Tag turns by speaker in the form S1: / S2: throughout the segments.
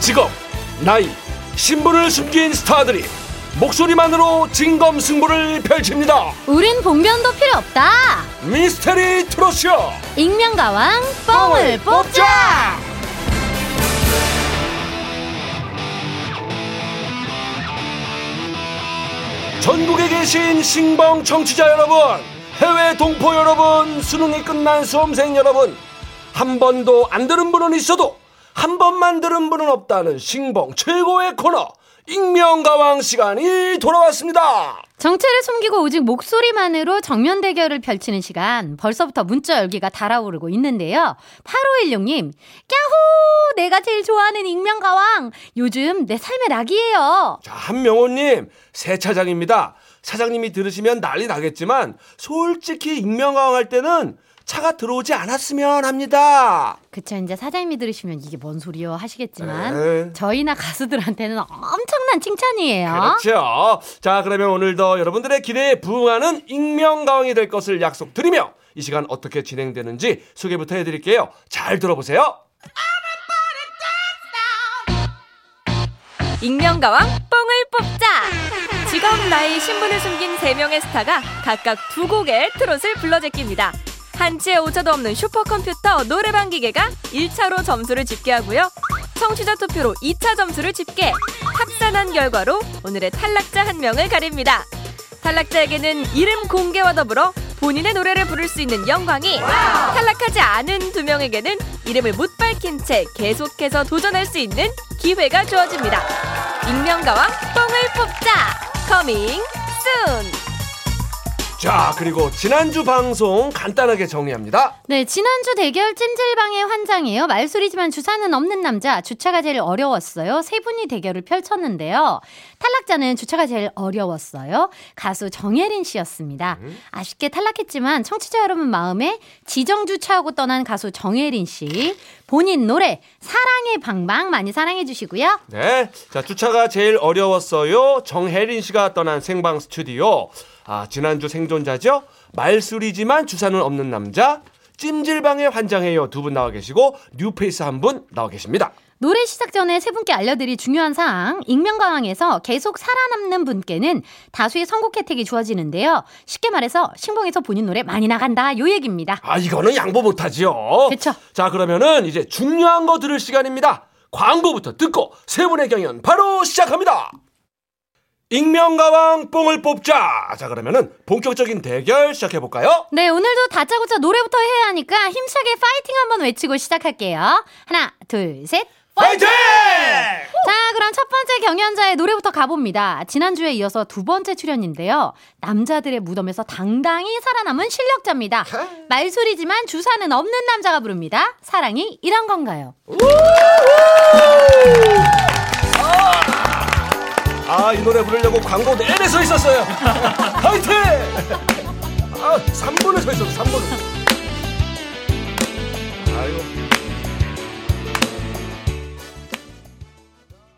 S1: 직업, 나이, 신분을 숨긴 스타들이 목소리만으로 진검승부를 펼칩니다.
S2: 우린 봉변도 필요 없다.
S1: 미스테리 트롯쇼
S2: 익명가왕 뻥을 뽑자.
S1: 전국에 계신 신봉 청취자 여러분, 해외 동포 여러분, 수능이 끝난 수험생 여러분, 한 번도 안 들은 분은 있어도 한 번만 들은 분은 없다는 신봉 최고의 코너 익명가왕 시간이 돌아왔습니다.
S2: 정체를 숨기고 오직 목소리만으로 정면 대결을 펼치는 시간. 벌써부터 문자 열기가 달아오르고 있는데요. 8516님, 야호! 내가 제일 좋아하는 익명가왕! 요즘 내 삶의 낙이에요.
S1: 자, 한명호님, 새 차장입니다. 사장님이 들으시면 난리 나겠지만, 솔직히 익명가왕 할 때는 차가 들어오지 않았으면 합니다.
S2: 그쵸, 이제 사장님이 들으시면 이게 뭔 소리요 하시겠지만,
S1: 에이.
S2: 저희나 가수들한테는 엄청난 칭찬이에요.
S1: 그렇죠. 자, 그러면 오늘도 여러분들의 기대에 부응하는 익명가왕이 될 것을 약속드리며, 이 시간 어떻게 진행되는지 소개부터 해드릴게요. 잘 들어보세요.
S3: 익명가왕 뽕을 뽑자 직업 나이 신분을 숨긴 세명의 스타가 각각 두 곡의 트롯을 불러 제낍니다 한치의 오차도 없는 슈퍼컴퓨터 노래방 기계가 1차로 점수를 집계하고요 청취자 투표로 2차 점수를 집계 합산한 결과로 오늘의 탈락자 한 명을 가립니다 탈락자에게는 이름 공개와 더불어 본인의 노래를 부를 수 있는 영광이 탈락하지 않은 두 명에게는 이름을 못 밝힌 채 계속해서 도전할 수 있는 기회가 주어집니다. 익명가왕 뻥을 뽑자 커밍 순
S1: 자, 그리고 지난주 방송 간단하게 정리합니다.
S2: 네, 지난주 대결 찜질방의 환장이에요. 말소리지만 주사는 없는 남자, 주차가 제일 어려웠어요. 세 분이 대결을 펼쳤는데요. 탈락자는 주차가 제일 어려웠어요. 가수 정혜린 씨였습니다. 아쉽게 탈락했지만 청취자 여러분 마음에 지정주차하고 떠난 가수 정혜린 씨. 본인 노래, 사랑의 방방 많이 사랑해주시고요.
S1: 네. 자, 주차가 제일 어려웠어요. 정혜린 씨가 떠난 생방 스튜디오. 아, 지난주 생존자죠? 말술이지만 주사는 없는 남자. 찜질방에 환장해요. 두 분 나와 계시고, 뉴페이스 한 분 나와 계십니다.
S2: 노래 시작 전에 세 분께 알려드릴 중요한 사항, 익명가왕에서 계속 살아남는 분께는 다수의 선곡 혜택이 주어지는데요. 쉽게 말해서 신봉에서 본인 노래 많이 나간다 요 얘기입니다.
S1: 아, 이거는 양보 못하지요.
S2: 그쵸.
S1: 자, 그러면은 이제 중요한 거 들을 시간입니다. 광고부터 듣고 세 분의 경연 바로 시작합니다. 익명가왕 뽕을 뽑자. 자, 그러면은 본격적인 대결 시작해볼까요?
S2: 네, 오늘도 다짜고짜 노래부터 해야 하니까 힘차게 파이팅 한번 외치고 시작할게요. 하나, 둘, 셋.
S1: 파이팅!
S2: 자, 그럼 첫 번째 경연자의 노래부터 가봅니다. 지난주에 이어서 두 번째 출연인데요. 남자들의 무덤에서 당당히 살아남은 실력자입니다. 말소리지만 주사는 없는 남자가 부릅니다. 사랑이 이런 건가요?
S1: 아, 이 노래 부르려고 광고 내내 서 있었어요. 화이팅! 아, 3분을 서 있었어, 3분. 아유.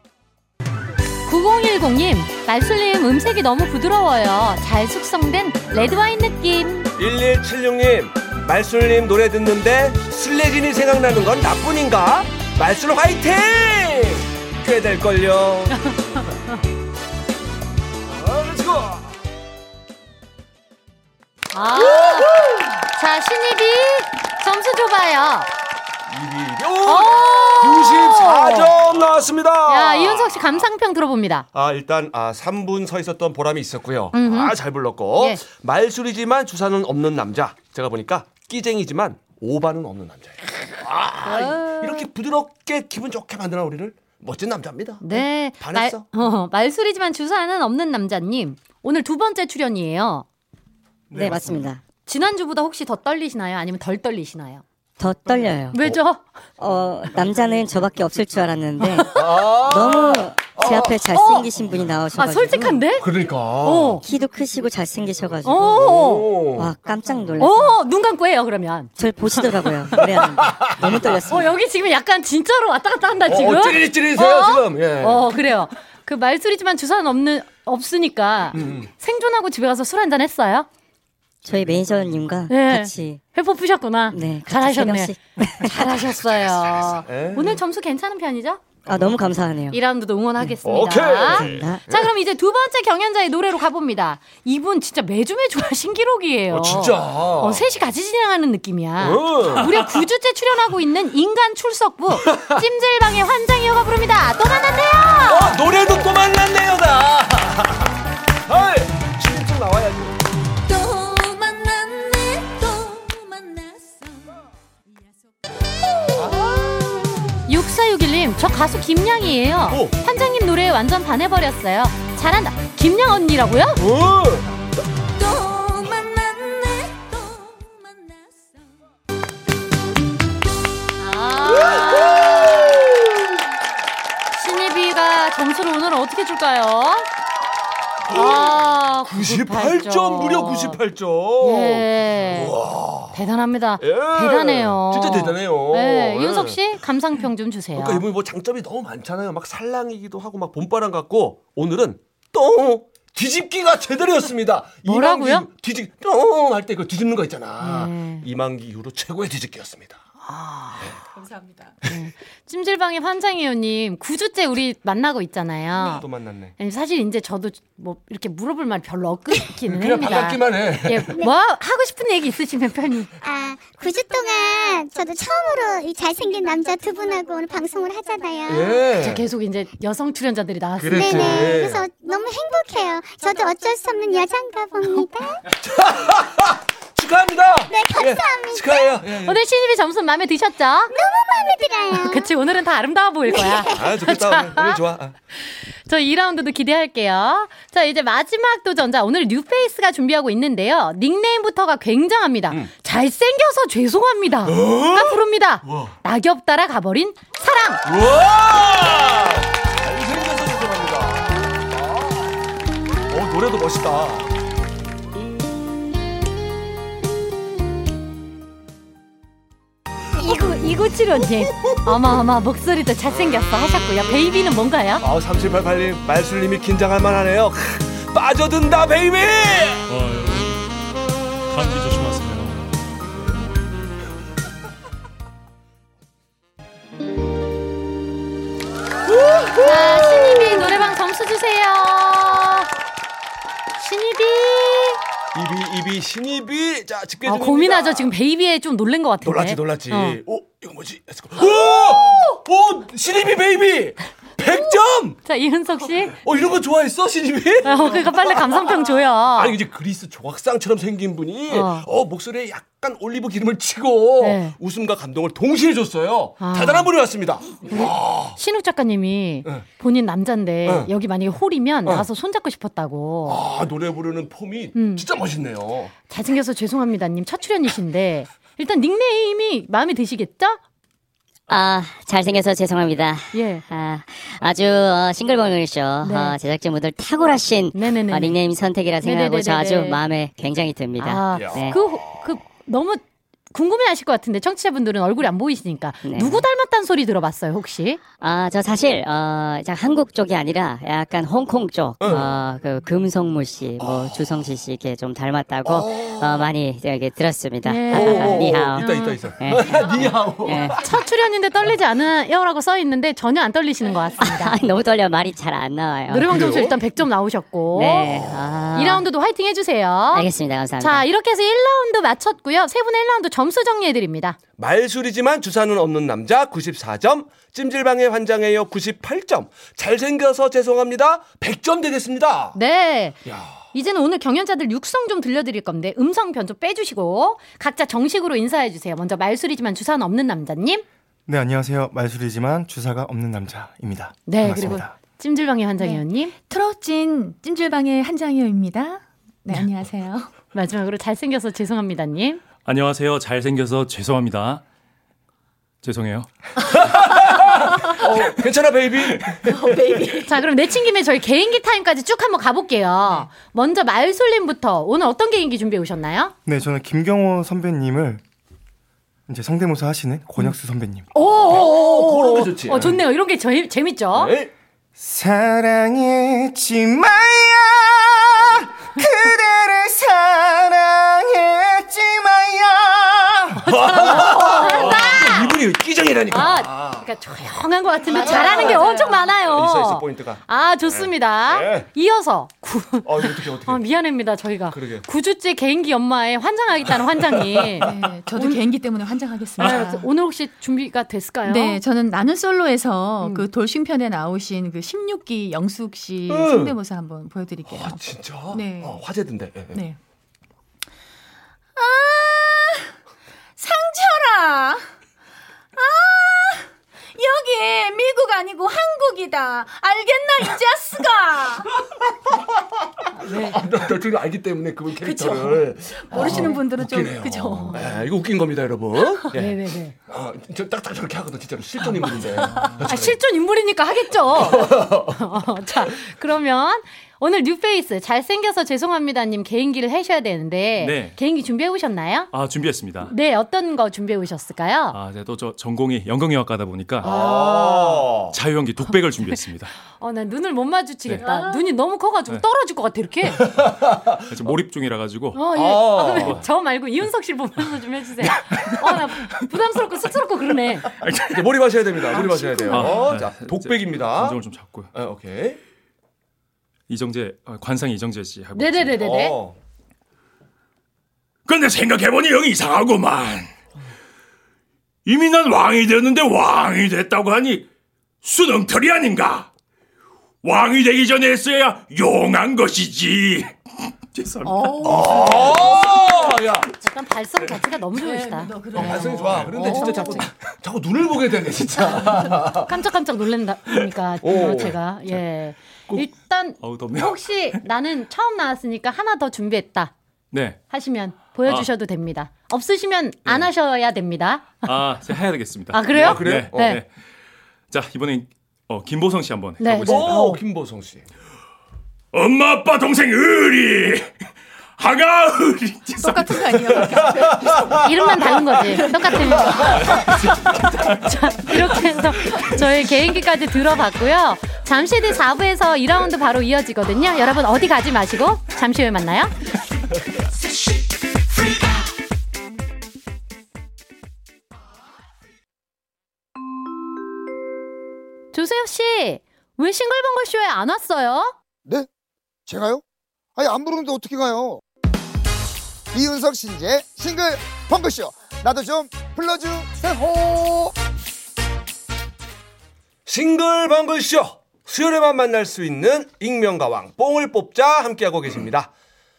S1: 이
S2: 9010님, 말술님 음색이 너무 부드러워요. 잘 숙성된 레드와인 느낌.
S1: 1176님, 말술님 노래 듣는데 슬래진이 생각나는 건 나뿐인가? 말술 화이팅! 꽤 될걸요. 아, 렛츠고!
S2: 아. 자, 신입이 점수 줘봐요. 어! 오!
S1: 94점 나왔습니다.
S2: 야, 이윤석 씨 감상평 들어봅니다.
S1: 아 일단 아 3분 서 있었던 보람이 있었고요.
S2: 음흠.
S1: 아 잘 불렀고
S2: 예.
S1: 말술이지만 주사는 없는 남자. 제가 보니까 끼쟁이지만 오바는 없는 남자예요. 아 이- 이렇게 부드럽게 기분 좋게 만드나 우리를 멋진 남자입니다.
S2: 네.
S1: 반했어.
S2: 말, 어, 말술이지만 주사는 없는 남자님. 오늘 두 번째 출연이에요.
S4: 네, 맞습니다.
S2: 지난주보다 혹시 더 떨리시나요? 아니면 덜 떨리시나요?
S1: 어,
S4: 더
S2: 네.
S4: 떨려요.
S2: 왜죠? 아,
S4: 어, 남자는 저밖에 없을 줄 알았는데 너무 제 앞에 잘생기신 분이 나오셔가지고
S2: 어! 아, 솔직한데?
S1: 그러니까.
S2: 어.
S4: 키도 크시고
S1: 아,
S4: 잘생기셔가지고
S2: 어.
S1: 오.
S4: 와 깜짝 놀랐어요.
S2: 어, 눈 감고 해요, 그러면.
S4: 저를 보시더라고요. 노래하는데 너무
S2: 어,
S4: 떨렸습니다.
S2: 여기 지금 약간 진짜로 왔다 갔다 한다, 지금.
S1: 어, 찌릿찌릿해요 지금. 예.
S2: 어 그래요. 그 말소리지만 주사는 없는 없으니까
S1: 음,
S2: 생존하고 집에 가서 술 한잔 했어요.
S4: 저희 매니저님과
S2: 네.
S4: 같이
S2: 회포 푸셨구나.
S4: 네 같이
S2: 잘하셨네.
S4: 새벽씩
S2: 잘하셨어요.
S1: 예.
S2: 오늘 점수 괜찮은 편이죠?
S4: 아 너무 감사하네요.
S2: 2라운드도 응원하겠습니다.
S1: 음. 오케이.
S4: 감사합니다.
S2: 자, 그럼 이제 두 번째 경연자의 노래로 가봅니다. 이분 진짜 매주 매주 하신 기록이에요.
S1: 어, 진짜. 어.
S2: 어, 셋이 같이 진행하는 느낌이야.
S1: 응.
S2: 무려 9주째 출연하고 있는 인간 출석부 찜질방의 환장이어가 부릅니다. 또 만났네요.
S1: 아, 노래도 또 만났네요, 나. 아이, 지금 좀 나와야지.
S5: 또 만났네 또 만났어
S2: 6461님, 저 가수 김양이에요.
S1: 오.
S2: 환장님 노래에 완전 반해버렸어요. 잘한다. 김양 언니라고요?
S1: 응.
S5: 또 만났네 또 만났어
S2: 아. 신예비가 점수를 오늘 어떻게 줄까요? 아,
S1: 98점, 무려 98점.
S2: 예. 대단합니다.
S1: 예.
S2: 대단해요.
S1: 진짜 대단해요.
S2: 예.
S1: 예.
S2: 윤석 씨 감상평 좀 주세요.
S1: 그러니까 이분이 뭐 장점이 너무 많잖아요. 막 살랑이기도 하고 막 봄바람 같고 오늘은 똥 뒤집기가 제대로였습니다.
S2: 뭐라고요?
S1: 이만기 뒤집 똥할 때 그 뒤집는 거 있잖아.
S2: 네.
S1: 이만기 이후로 최고의 뒤집기였습니다.
S6: 감사합니다.
S2: 찜질방의 환장이요님 9주째 우리 만나고 있잖아요.
S1: 또 만났네.
S2: 예, 사실 이제 저도 뭐 이렇게 물어볼 말 별로 없기는
S1: 그냥
S2: 합니다.
S1: 반갑기만 네. 해.
S2: 예, 뭐 하고 싶은 얘기 있으시면 편히.
S7: 아, 9주 동안 저도 처음으로 이 잘생긴 남자 두 분하고 오늘 방송을 하잖아요.
S2: 자,
S1: 예.
S2: 계속 이제 여성 출연자들이 나왔어요.
S1: 그렇지.
S7: 네네. 그래서 너무 행복해요. 저도 어쩔 수 없는 여잔가 봅니다.
S1: 축하합니다.
S7: 네, 감사합니다.
S1: 축하해요. 예, 예.
S2: 오늘 신입이 점수 마음에 드셨죠?
S7: 너무 마음에 들어요.
S2: 그치 오늘은 다 아름다워 보일 거야.
S1: 아 좋겠다. 오늘, 오늘 좋아. 아.
S2: 저 2라운드도 기대할게요. 자, 이제 마지막 도전자. 오늘 뉴페이스가 준비하고 있는데요. 닉네임부터가 굉장합니다.
S1: 음.
S2: 잘생겨서 죄송합니다.
S1: 어?
S2: 가 부릅니다. 낙엽 따라 가버린 사랑.
S1: 우와! 잘생겨서 죄송합니다. 어, 노래도 멋있다.
S2: 이거, 이거 치료님. 어마어마, 목소리도 잘생겼어 하셨고요. 베이비는 뭔가요?
S1: 아우 3788님 말술님이 긴장할 만하네요. 크, 빠져든다 베이비.
S8: 와 여러분 감기 조심하세요.
S2: 자, 신입이 노래방 점수 주세요. 신입이.
S1: 이비 이비 신입이 자 집게
S2: 아,
S1: 중입니다.
S2: 어, 고민하죠. 지금 베이비에 좀 놀란 것 같은데.
S1: 놀랐지 놀랐지.
S2: 어.
S1: 오 이거 뭐지? Let's go. 오! 오 신입이 베이비 100점.
S2: 자, 이은석 씨.
S1: 어 이런 거 좋아했어 신입이?
S2: 어, 그러니까 빨리 감상평 줘요.
S1: 아니 이제 그리스 조각상처럼 생긴 분이
S2: 어.
S1: 어, 목소리에 약간 올리브 기름을 치고
S2: 네.
S1: 웃음과 감동을 동시에 줬어요.
S2: 아.
S1: 대단한 분이 왔습니다.
S2: 신욱 작가님이
S1: 네.
S2: 본인 남잔데
S1: 네.
S2: 여기 만약에 홀이면 나와서 손잡고 싶었다고
S1: 아 노래 부르는 폼이
S2: 음.
S1: 진짜 멋있네요.
S2: 잘생겨서 죄송합니다님 첫 출연이신데 일단 닉네임이 마음에 드시겠죠?
S4: 아 잘생겨서 죄송합니다.
S2: 예.
S4: 아, 아주 어, 싱글벙글쇼
S2: 네.
S4: 어, 제작진분들 탁월하신
S2: 네네네.
S4: 어, 닉네임 선택이라 생각하고 저 아주
S2: 네네네네네.
S4: 마음에 굉장히 듭니다.
S2: 아,
S1: 야.
S4: 네.
S2: 그, 호- 그 너무 궁금해하실 것 같은데 청취자분들은 얼굴이 안 보이시니까
S4: 네.
S2: 누구 닮았다는 소리 들어봤어요 혹시?
S4: 아, 저 사실 어, 자, 한국 쪽이 아니라 약간 홍콩 쪽, 어, 그 금성무 씨,
S1: 아.
S4: 뭐 주성시 씨 이렇게 좀 닮았다고 어, 많이 이렇게 들었습니다.
S2: 예.
S1: 오, 오, 오.
S4: 니하오.
S1: 있다 있다 있어.
S2: 네.
S4: 예.
S1: 니하오.
S4: 예.
S2: 첫 출연인데 떨리지 않으요라고 써 있는데 전혀 안 떨리시는 것 같습니다.
S4: 아, 너무 떨려 말이 잘 안 나와요.
S2: 노래방 어? 점수
S1: 그래요?
S2: 일단 100점 나오셨고
S4: 네. 아.
S2: 2라운드도 화이팅 해주세요.
S4: 알겠습니다. 감사합니다.
S2: 자, 이렇게 해서 1라운드 마쳤고요. 세 분의 1라운드 점수 정리해드립니다.
S1: 말술이지만 주사는 없는 남자 94점, 찜질방의 환장해요 98점, 잘생겨서 죄송합니다 100점 되겠습니다.
S2: 네.
S1: 야.
S2: 이제는 오늘 경연자들 육성 좀 들려드릴 건데 음성 변조 빼주시고 각자 정식으로 인사해주세요. 먼저 말술이지만 주사는 없는 남자님.
S9: 네 안녕하세요 말술이지만 주사가 없는 남자입니다.
S2: 네,
S9: 반갑습니다.
S2: 그리고 찜질방의 환장회원님.
S6: 트롯진 찜질방의 한장희입니다. 네, 안녕하세요.
S2: 마지막으로 잘생겨서 죄송합니다님.
S8: 안녕하세요. 잘생겨서 죄송합니다. 죄송해요.
S1: 어, 괜찮아 베이비.
S2: 자, 그럼 내친 김에 저희 개인기 타임까지 쭉 한번 가볼게요.
S1: 네.
S2: 먼저 말술님부터 오늘 어떤 개인기 준비해 오셨나요?
S9: 네 저는 김경호 선배님을 이제 성대모사 하시는 권혁수
S2: 음.
S9: 선배님.
S1: 오, 그런 거 좋지.
S2: 어, 좋네요. 이런 게 재, 재밌죠?
S1: 예. 네.
S9: 사랑했지 마야 그대를 사랑했지 마야
S1: 이분이 끼정이라니까.
S2: 아, 그러니까 약간 조용한 것 같은데 잘하는 게 엄청 많아요.
S1: 아. 있어, 있어, 포인트가.
S2: 아 좋습니다.
S1: 네.
S2: 이어서 구.
S1: 어, 이거 어떻게, 어떻게.
S2: 아 미안합니다 저희가
S1: 그러게.
S2: 9주째 개인기 연마에 환장하겠다는 환장이
S6: 네, 저도 개인기 때문에 환장하겠습니다.
S2: 네, 오늘 혹시 준비가 됐을까요?
S6: 네, 저는 나는 솔로에서 그 돌싱편에 나오신 그 16기 영숙 씨
S1: 음.
S6: 성대모사 한번 보여드릴게요.
S1: 아, 진짜?
S6: 네.
S1: 어, 화제던데. 예, 예.
S6: 네. 아, 상철아. 아, 여기 미국 아니고 한국이다. 알겠나, 유자스가?
S1: 아, 나, 나 지금 알기 때문에 그 캐릭터를.
S6: 모르시는 분들은 좀,
S1: 웃기네요.
S6: 그죠?
S1: 예, 이거 웃긴 겁니다, 여러분. 예.
S2: 네네네.
S1: 아, 저 딱딱 저렇게 하거든, 진짜로. 실존 인물인데.
S2: 아, 실존 인물이니까 하겠죠. 어, 자 그러면 오늘 뉴페이스 잘생겨서 죄송합니다님 개인기를 해셔야 되는데
S8: 네.
S2: 개인기 준비해 오셨나요?
S8: 아 준비했습니다.
S2: 네 어떤 거 준비해 오셨을까요?
S8: 아 제가 또저 전공이 연극영화과다 보니까
S1: 아.
S8: 자유연기 독백을 준비했습니다.
S2: 어, 나 눈을 못 마주치겠다.
S1: 네.
S2: 눈이 너무 커가지고 떨어질 것 같아, 이렇게.
S8: 지금 몰입 중이라 가지고
S2: 어, 예.
S1: 아.
S2: 아, 그러면 저 말고 이윤석 씨를 보면서 좀 해주세요. 어, 나 부담스럽고 쑥스럽고 그러네.
S1: 이제 몰입하셔야 됩니다. 몰입하셔야 돼요.
S8: 아, 네.
S1: 자, 독백입니다.
S8: 감정을 좀 잡고요.
S1: 예, 오케이.
S8: 이정재 어, 관상 이정재 씨 하고. 있습니다.
S2: 네네네네네.
S1: 어.
S8: 근데 생각해보니 영 이상하구만. 이미 난 왕이 됐는데 왕이 됐다고 하니 수능털이 아닌가? 왕이 되기 전에 했어야 용한 것이지. 죄송합니다.
S2: 어?
S1: 어, 야.
S2: 약간 발성 자체가 네, 너무
S6: 네,
S2: 좋으시다.
S1: 어, 발성이 좋아. 그런데 진짜 자꾸, 자꾸 눈을 보게 되네, 진짜.
S2: 깜짝깜짝 놀란다. 그러니까
S1: 오.
S2: 제가 예. 일단
S8: 어우 덥네요.
S2: 혹시 나는 처음 나왔으니까 하나 더 준비했다
S8: 네.
S2: 하시면 보여주셔도 됩니다. 없으시면 안 하셔야 됩니다.
S8: 아, 제가 해야 되겠습니다.
S2: 아 그래요?
S1: 아, 그래요?
S8: 네.
S1: 어.
S2: 네.
S8: 네. 자, 이번엔 어, 김보성 씨 한번
S2: 네,
S8: 해보겠습니다.
S2: 네.
S1: 오, 어, 김보성 씨.
S8: 엄마, 아빠, 동생, 의리. 하가 의리. 죄송합니다.
S6: 똑같은 거 아니에요?
S2: 이름만 다른 거지. 똑같은. 자, 이렇게 해서 저희 개인기까지 들어봤고요. 잠시 뒤 4부에서 2라운드 바로 이어지거든요. 여러분 어디 가지 마시고 잠시 후에 만나요. 조세호 씨, 왜 싱글벙글 쇼에 안 왔어요?
S10: 네? 제가요? 아니 안 부르는데 어떻게 가요? 이윤석 신재 싱글 펑크쇼 나도 좀 불러주세요.
S1: 싱글벙글쇼 수요일에만 만날 수 있는 익명가왕 뽕을 뽑자 함께하고 계십니다.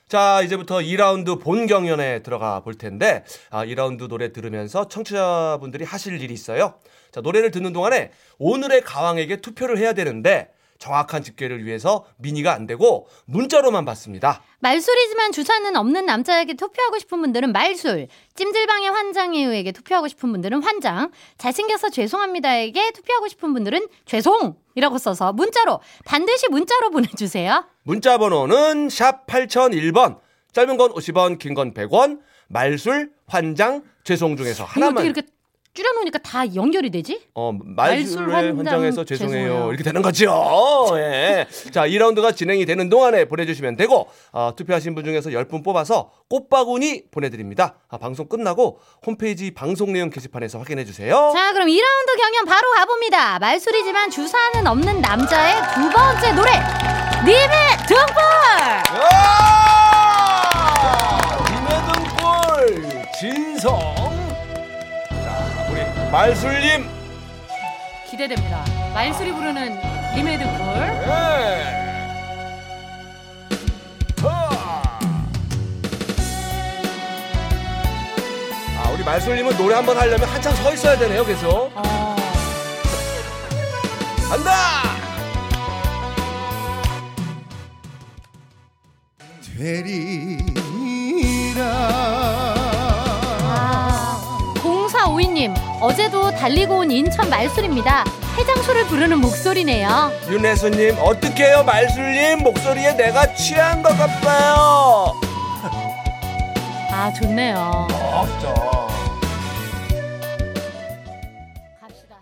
S1: 자 이제부터 2라운드 본 경연에 들어가 볼 텐데 아, 2라운드 노래 들으면서 청취자분들이 하실 일이 있어요. 자 노래를 듣는 동안에 오늘의 가왕에게 투표를 해야 되는데 정확한 집계를 위해서 미니가 안 되고 문자로만 받습니다.
S2: 말술이지만 주사는 없는 남자에게 투표하고 싶은 분들은 말술, 찜질방의 환장이유에게 투표하고 싶은 분들은 환장, 잘생겨서 죄송합니다에게 투표하고 싶은 분들은 죄송이라고 써서 문자로 반드시 문자로 보내주세요.
S1: 문자 번호는 샵 8001번 짧은 건 50원 긴 건 100원 말술 환장 죄송 중에서
S2: 이거
S1: 하나만
S2: 어떻게 이렇게 줄여놓으니까 다 연결이 되지?
S1: 어, 말술의
S2: 말술 환장
S1: 환장에서 죄송해요.
S2: 죄송해요.
S1: 이렇게 되는 거죠. 예. 자, 2라운드가 진행이 되는 동안에 보내주시면 되고, 아, 투표하신 분 중에서 10분 뽑아서 꽃바구니 보내드립니다. 아, 방송 끝나고 홈페이지 방송 내용 게시판에서 확인해주세요.
S2: 자, 그럼 2라운드 경연 바로 가봅니다. 말술이지만 주사는 없는 남자의 두 번째 노래, 님의 등불!
S1: 김해등골 진성. 자, 우리 말술님.
S2: 기대됩니다. 말술이 부르는 님의 등불.
S1: 아, 우리 말솔님은 노래 한 번 하려면 한참 서 있어야 되네요, 계속. 간다!
S10: 되리라.
S2: 0452님, 어제도 달리고 온 인천 말술입니다. 해장술을 부르는 목소리네요.
S1: 윤혜수님, 어떡해요, 말술님? 목소리에 내가 취한 것 같아요.
S2: 아, 좋네요.
S1: 아, 진짜.
S2: 갑시다.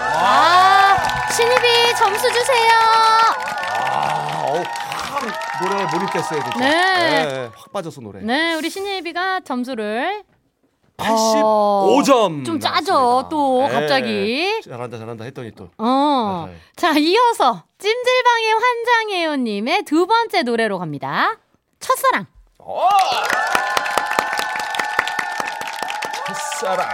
S2: 아, 신입이 점수 주세요.
S1: 아, 어우, 확 노래에 몰입됐어요, 진짜.
S2: 네.
S1: 확 빠져서 노래.
S2: 네, 우리 신입이가 점수를
S1: 85점. 네.
S2: 좀 짜죠,
S1: 예.
S2: 또, 갑자기.
S1: 잘한다, 잘한다 했더니 또.
S2: 어. 자, 이어서 찜질방의 환장해요님의 두 번째 노래로 갑니다. 첫사랑.
S1: 어! 햇사랑.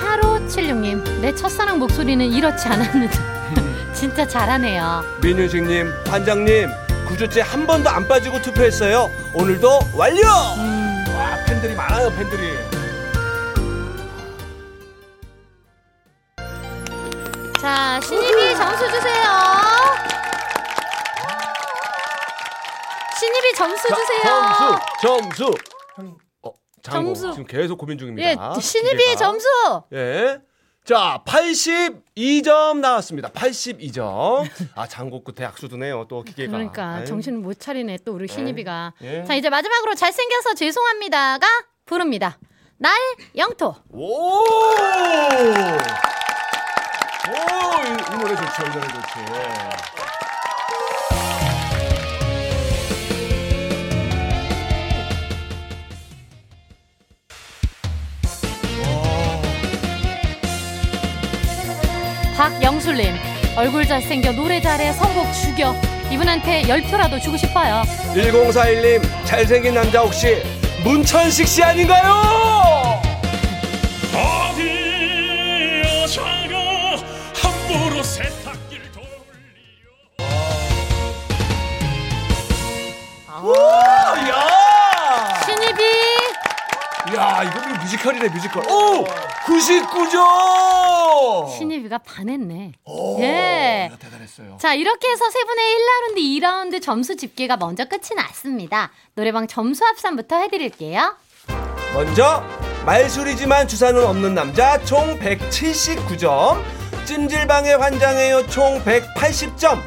S2: 하루 76님, 내 첫사랑 목소리는 이렇지 않았는데. 진짜 잘하네요.
S1: 민윤식님, 반장님, 구조째 한 번도 안 빠지고 투표했어요. 오늘도 완료!
S2: 음.
S1: 와, 팬들이 많아요, 팬들이.
S2: 자, 신입이 점수 주세요. 신입이 점수 주세요.
S1: 점수, 점수. 어, 장고.
S2: 점수.
S1: 지금 계속 고민 중입니다.
S2: 예, 신입이
S1: 기계가.
S2: 점수.
S1: 예. 자, 82점 나왔습니다. 82점. 아, 장고 끝에 악수 드네요. 또 기계가.
S2: 그러니까
S1: 아유.
S2: 정신을 못 차리네 또 우리 신입이가.
S1: 예.
S2: 자, 이제 마지막으로 잘생겨서 죄송합니다가 부릅니다. 날 영토.
S1: 오! 오, 이, 이 노래 좋죠. 이 노래 좋죠.
S2: 박영술님 얼굴 잘생겨 노래 잘해 선곡 죽여 이분한테 열 표라도 주고 싶어요
S1: 1041님, 예. 잘생긴 남자 혹시 문천식 씨 아닌가요?
S11: 어디 여자가 함부로 세탁기를 돌
S1: 야!
S2: 신입이
S1: 야, 이거 뮤지컬이네, 뮤지컬. 오! 99점!
S2: 신입이가 반했네
S1: 어. 오,
S2: 예.
S1: 대단했어요.
S2: 자 이렇게 해서 세 분의 1라운드 2라운드 점수 집계가 먼저 끝이 났습니다 노래방 점수 합산부터 해드릴게요
S1: 먼저 말술이지만 주사는 없는 남자 총 179점 찜질방의 환장해요 총 180점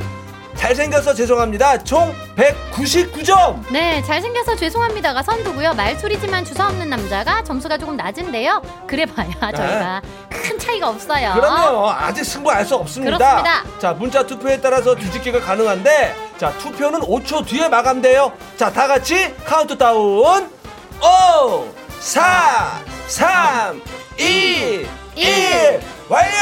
S1: 잘생겨서 죄송합니다 총 199점
S2: 네 잘생겨서 죄송합니다가 선두고요 말소리지만 주사 없는 남자가 점수가 조금 낮은데요 그래봐야 저희가 큰 차이가 없어요
S1: 아. 그럼요 아직 승부 알 수 없습니다
S2: 그렇습니다.
S1: 자 문자 투표에 따라서 뒤집기가 가능한데 자 투표는 5초 뒤에 마감돼요 자 다같이 카운트다운 5 4 3 2 1 완료!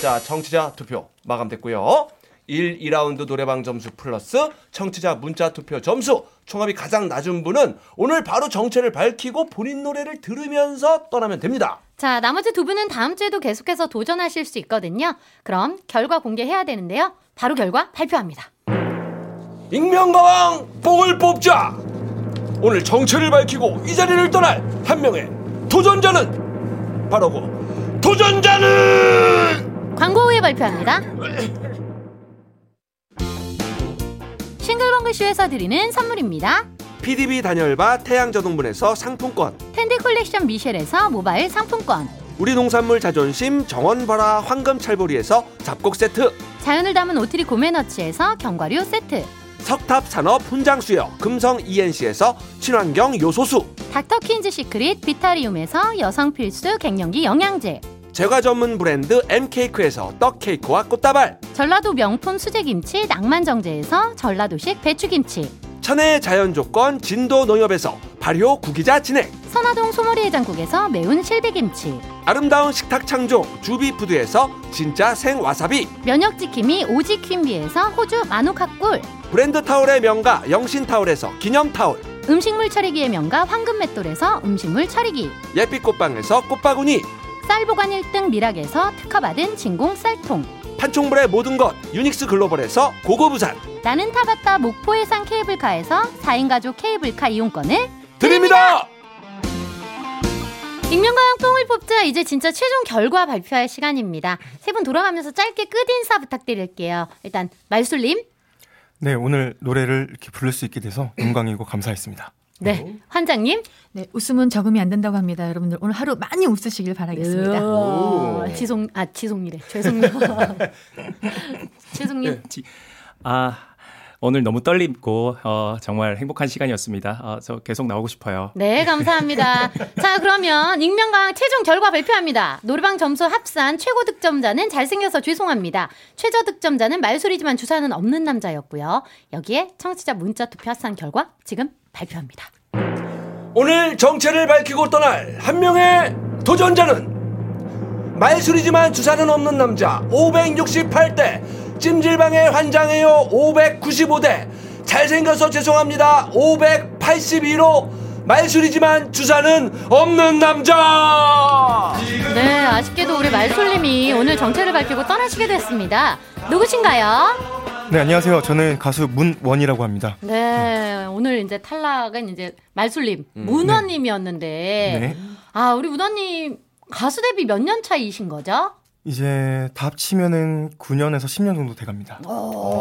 S1: 자, 청취자 투표 마감됐고요. 1, 2라운드 노래방 점수 플러스 청취자 문자 투표 점수 총합이 가장 낮은 분은 오늘 바로 정체를 밝히고 본인 노래를 들으면서 떠나면 됩니다.
S2: 자, 나머지 두 분은 다음 주에도 계속해서 도전하실 수 있거든요. 그럼 결과 공개해야 되는데요. 바로 결과 발표합니다.
S1: 익명가왕 복을 뽑자! 오늘 정체를 밝히고 이 자리를 떠날 한 명의 도전자는 바로 그 도전자는
S2: 광고 후에 발표합니다. 싱글벙글쇼에서 드리는 선물입니다.
S1: PDB 단열바 태양자동문에서 상품권
S2: 텐디 컬렉션 미셸에서 모바일 상품권.
S1: 우리 농산물 자존심 정원바라 황금찰보리에서 잡곡 세트
S2: 자연을 담은 오트리 고메너치에서 견과류 세트.
S1: 석탑산업 훈장수여 금성 ENC에서 친환경 요소수
S2: 닥터킨즈 시크릿 비타리움에서 여성 필수 갱년기 영양제.
S1: 제과 전문 브랜드 M케이크에서 떡케이크와 꽃다발
S2: 전라도 명품 수제김치 낭만정제에서 전라도식 배추김치.
S1: 천혜의 자연조건 진도 농협에서 발효 구기자 진액
S2: 선화동 소머리 해장국에서 매운 실비김치.
S1: 아름다운 식탁 창조 주비푸드에서 진짜 생와사비
S2: 면역 지킴이 오지 퀸비에서 호주 마누카 꿀,
S1: 브랜드 타올의 명가 영신타올에서 기념타올
S2: 음식물 처리기의 명가 황금 맷돌에서 음식물 처리기,
S1: 예빛 꽃방에서 꽃바구니
S2: 쌀 보관 1등 미락에서 특허받은 진공 쌀통,
S1: 판촉물의 모든 것 유닉스 글로벌에서 고고부산
S2: 나는 타봤다 목포 해상 케이블카에서 4인 가족 케이블카 이용권을
S1: 드립니다!
S2: 익명가왕 뽕을 뽑자 이제 진짜 최종 결과 발표할 시간입니다. 세 분 돌아가면서 짧게 끝인사 부탁드릴게요. 일단 말술님,
S9: 네, 오늘 노래를 이렇게 부를 수 있게 돼서 영광이고 감사했습니다.
S2: 네 환장님,
S6: 네, 웃음은 적응이 안 된다고 합니다. 여러분들 오늘 하루 많이 웃으시길
S2: 네.
S6: 바라겠습니다.
S2: 으아, 지송 아
S8: 네.
S2: 예. 지송이래 죄송해요. 지송님
S12: 아 오늘 너무 떨리고 어, 정말 행복한 시간이었습니다. 어, 저 계속 나오고 싶어요.
S2: 네, 감사합니다. 자, 그러면 익명강 최종 결과 발표합니다. 노래방 점수 합산 최고 득점자는 잘생겨서 죄송합니다. 최저 득점자는 말소리지만 주사는 없는 남자였고요. 여기에 청취자 문자 투표 합산 결과 지금 발표합니다.
S1: 오늘 정체를 밝히고 떠날 한 명의 도전자는 말술이지만 주사는 없는 남자 568대 찜질방의 환장해요 595대 잘생겨서 죄송합니다 582로 말술이지만 주사는 없는 남자
S2: 네, 아쉽게도 우리 말솔님이 오늘 정체를 밝히고 떠나시게 됐습니다. 누구신가요?
S9: 네, 안녕하세요. 저는 가수 문원이라고 합니다.
S2: 네, 오늘 이제 탈락은 이제 말솔님,
S9: 음.
S2: 문원님이었는데,
S9: 네.
S2: 아, 우리 문원님 가수 데뷔 몇 년 차이신 거죠?
S9: 이제 다 합치면은 9년에서 10년 정도 돼 갑니다.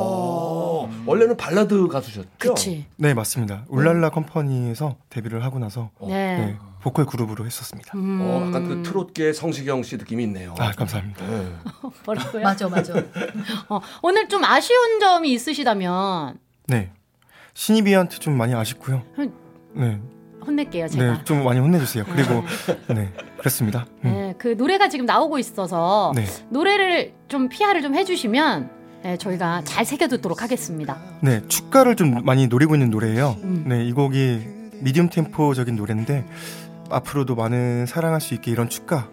S1: 어, 원래는 발라드 가수셨죠?
S2: 그치.
S9: 네, 맞습니다. 울랄라 컴퍼니에서 데뷔를 하고 나서
S2: 네. 음.
S9: 네, 보컬 그룹으로 했었습니다.
S1: 어, 약간 그 트롯계 성시경 씨 느낌이 있네요
S9: 아, 감사합니다.
S2: 뭐라고요?
S6: 맞아, 맞아.
S2: 어, 오늘 좀 아쉬운 점이 있으시다면
S9: 네. 신입이한테 좀 많이 아쉽고요.
S2: 혼-
S9: 네.
S2: 혼낼게요, 음, 제가.
S9: 네, 좀 많이 혼내주세요. 그리고 네, 그렇습니다. 음.
S2: 네, 그 노래가 지금 나오고 있어서
S9: 네.
S2: 노래를 좀 PR을 좀 해주시면 네, 저희가 잘 새겨듣도록 하겠습니다.
S9: 네, 축가를 좀 많이 노리고 있는 노래예요.
S2: 음.
S9: 네, 이 곡이 미디움 템포적인 노래인데 앞으로도 많은 사랑할 수 있게 이런 축가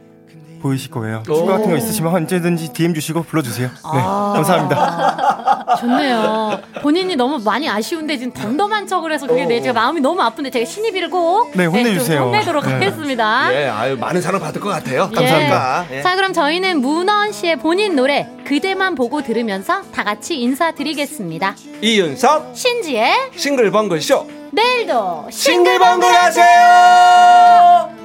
S9: 보이실 거예요.
S1: 오.
S9: 축가 같은 거 있으시면 언제든지 DM 주시고 불러주세요. 네,
S2: 아.
S9: 감사합니다.
S2: 좋네요. 본인이 너무 많이 아쉬운데 지금 덤덤한 척을 해서 그게 내 제가 마음이 너무 아픈데 제가 신입이를 꼭
S1: 네, 혼내주세요.
S2: 좀 혼내도록
S1: 네.
S2: 하겠습니다.
S1: 예, 아유 많은 사랑 받을 것 같아요
S2: 예.
S1: 감사합니다 예.
S2: 자, 그럼 저희는 문원 씨의 본인 노래 그대만 보고 들으면서 다 같이 인사드리겠습니다.
S1: 이윤석
S2: 신지의
S1: 싱글벙글쇼
S2: 내일도
S1: 싱글벙글 하세요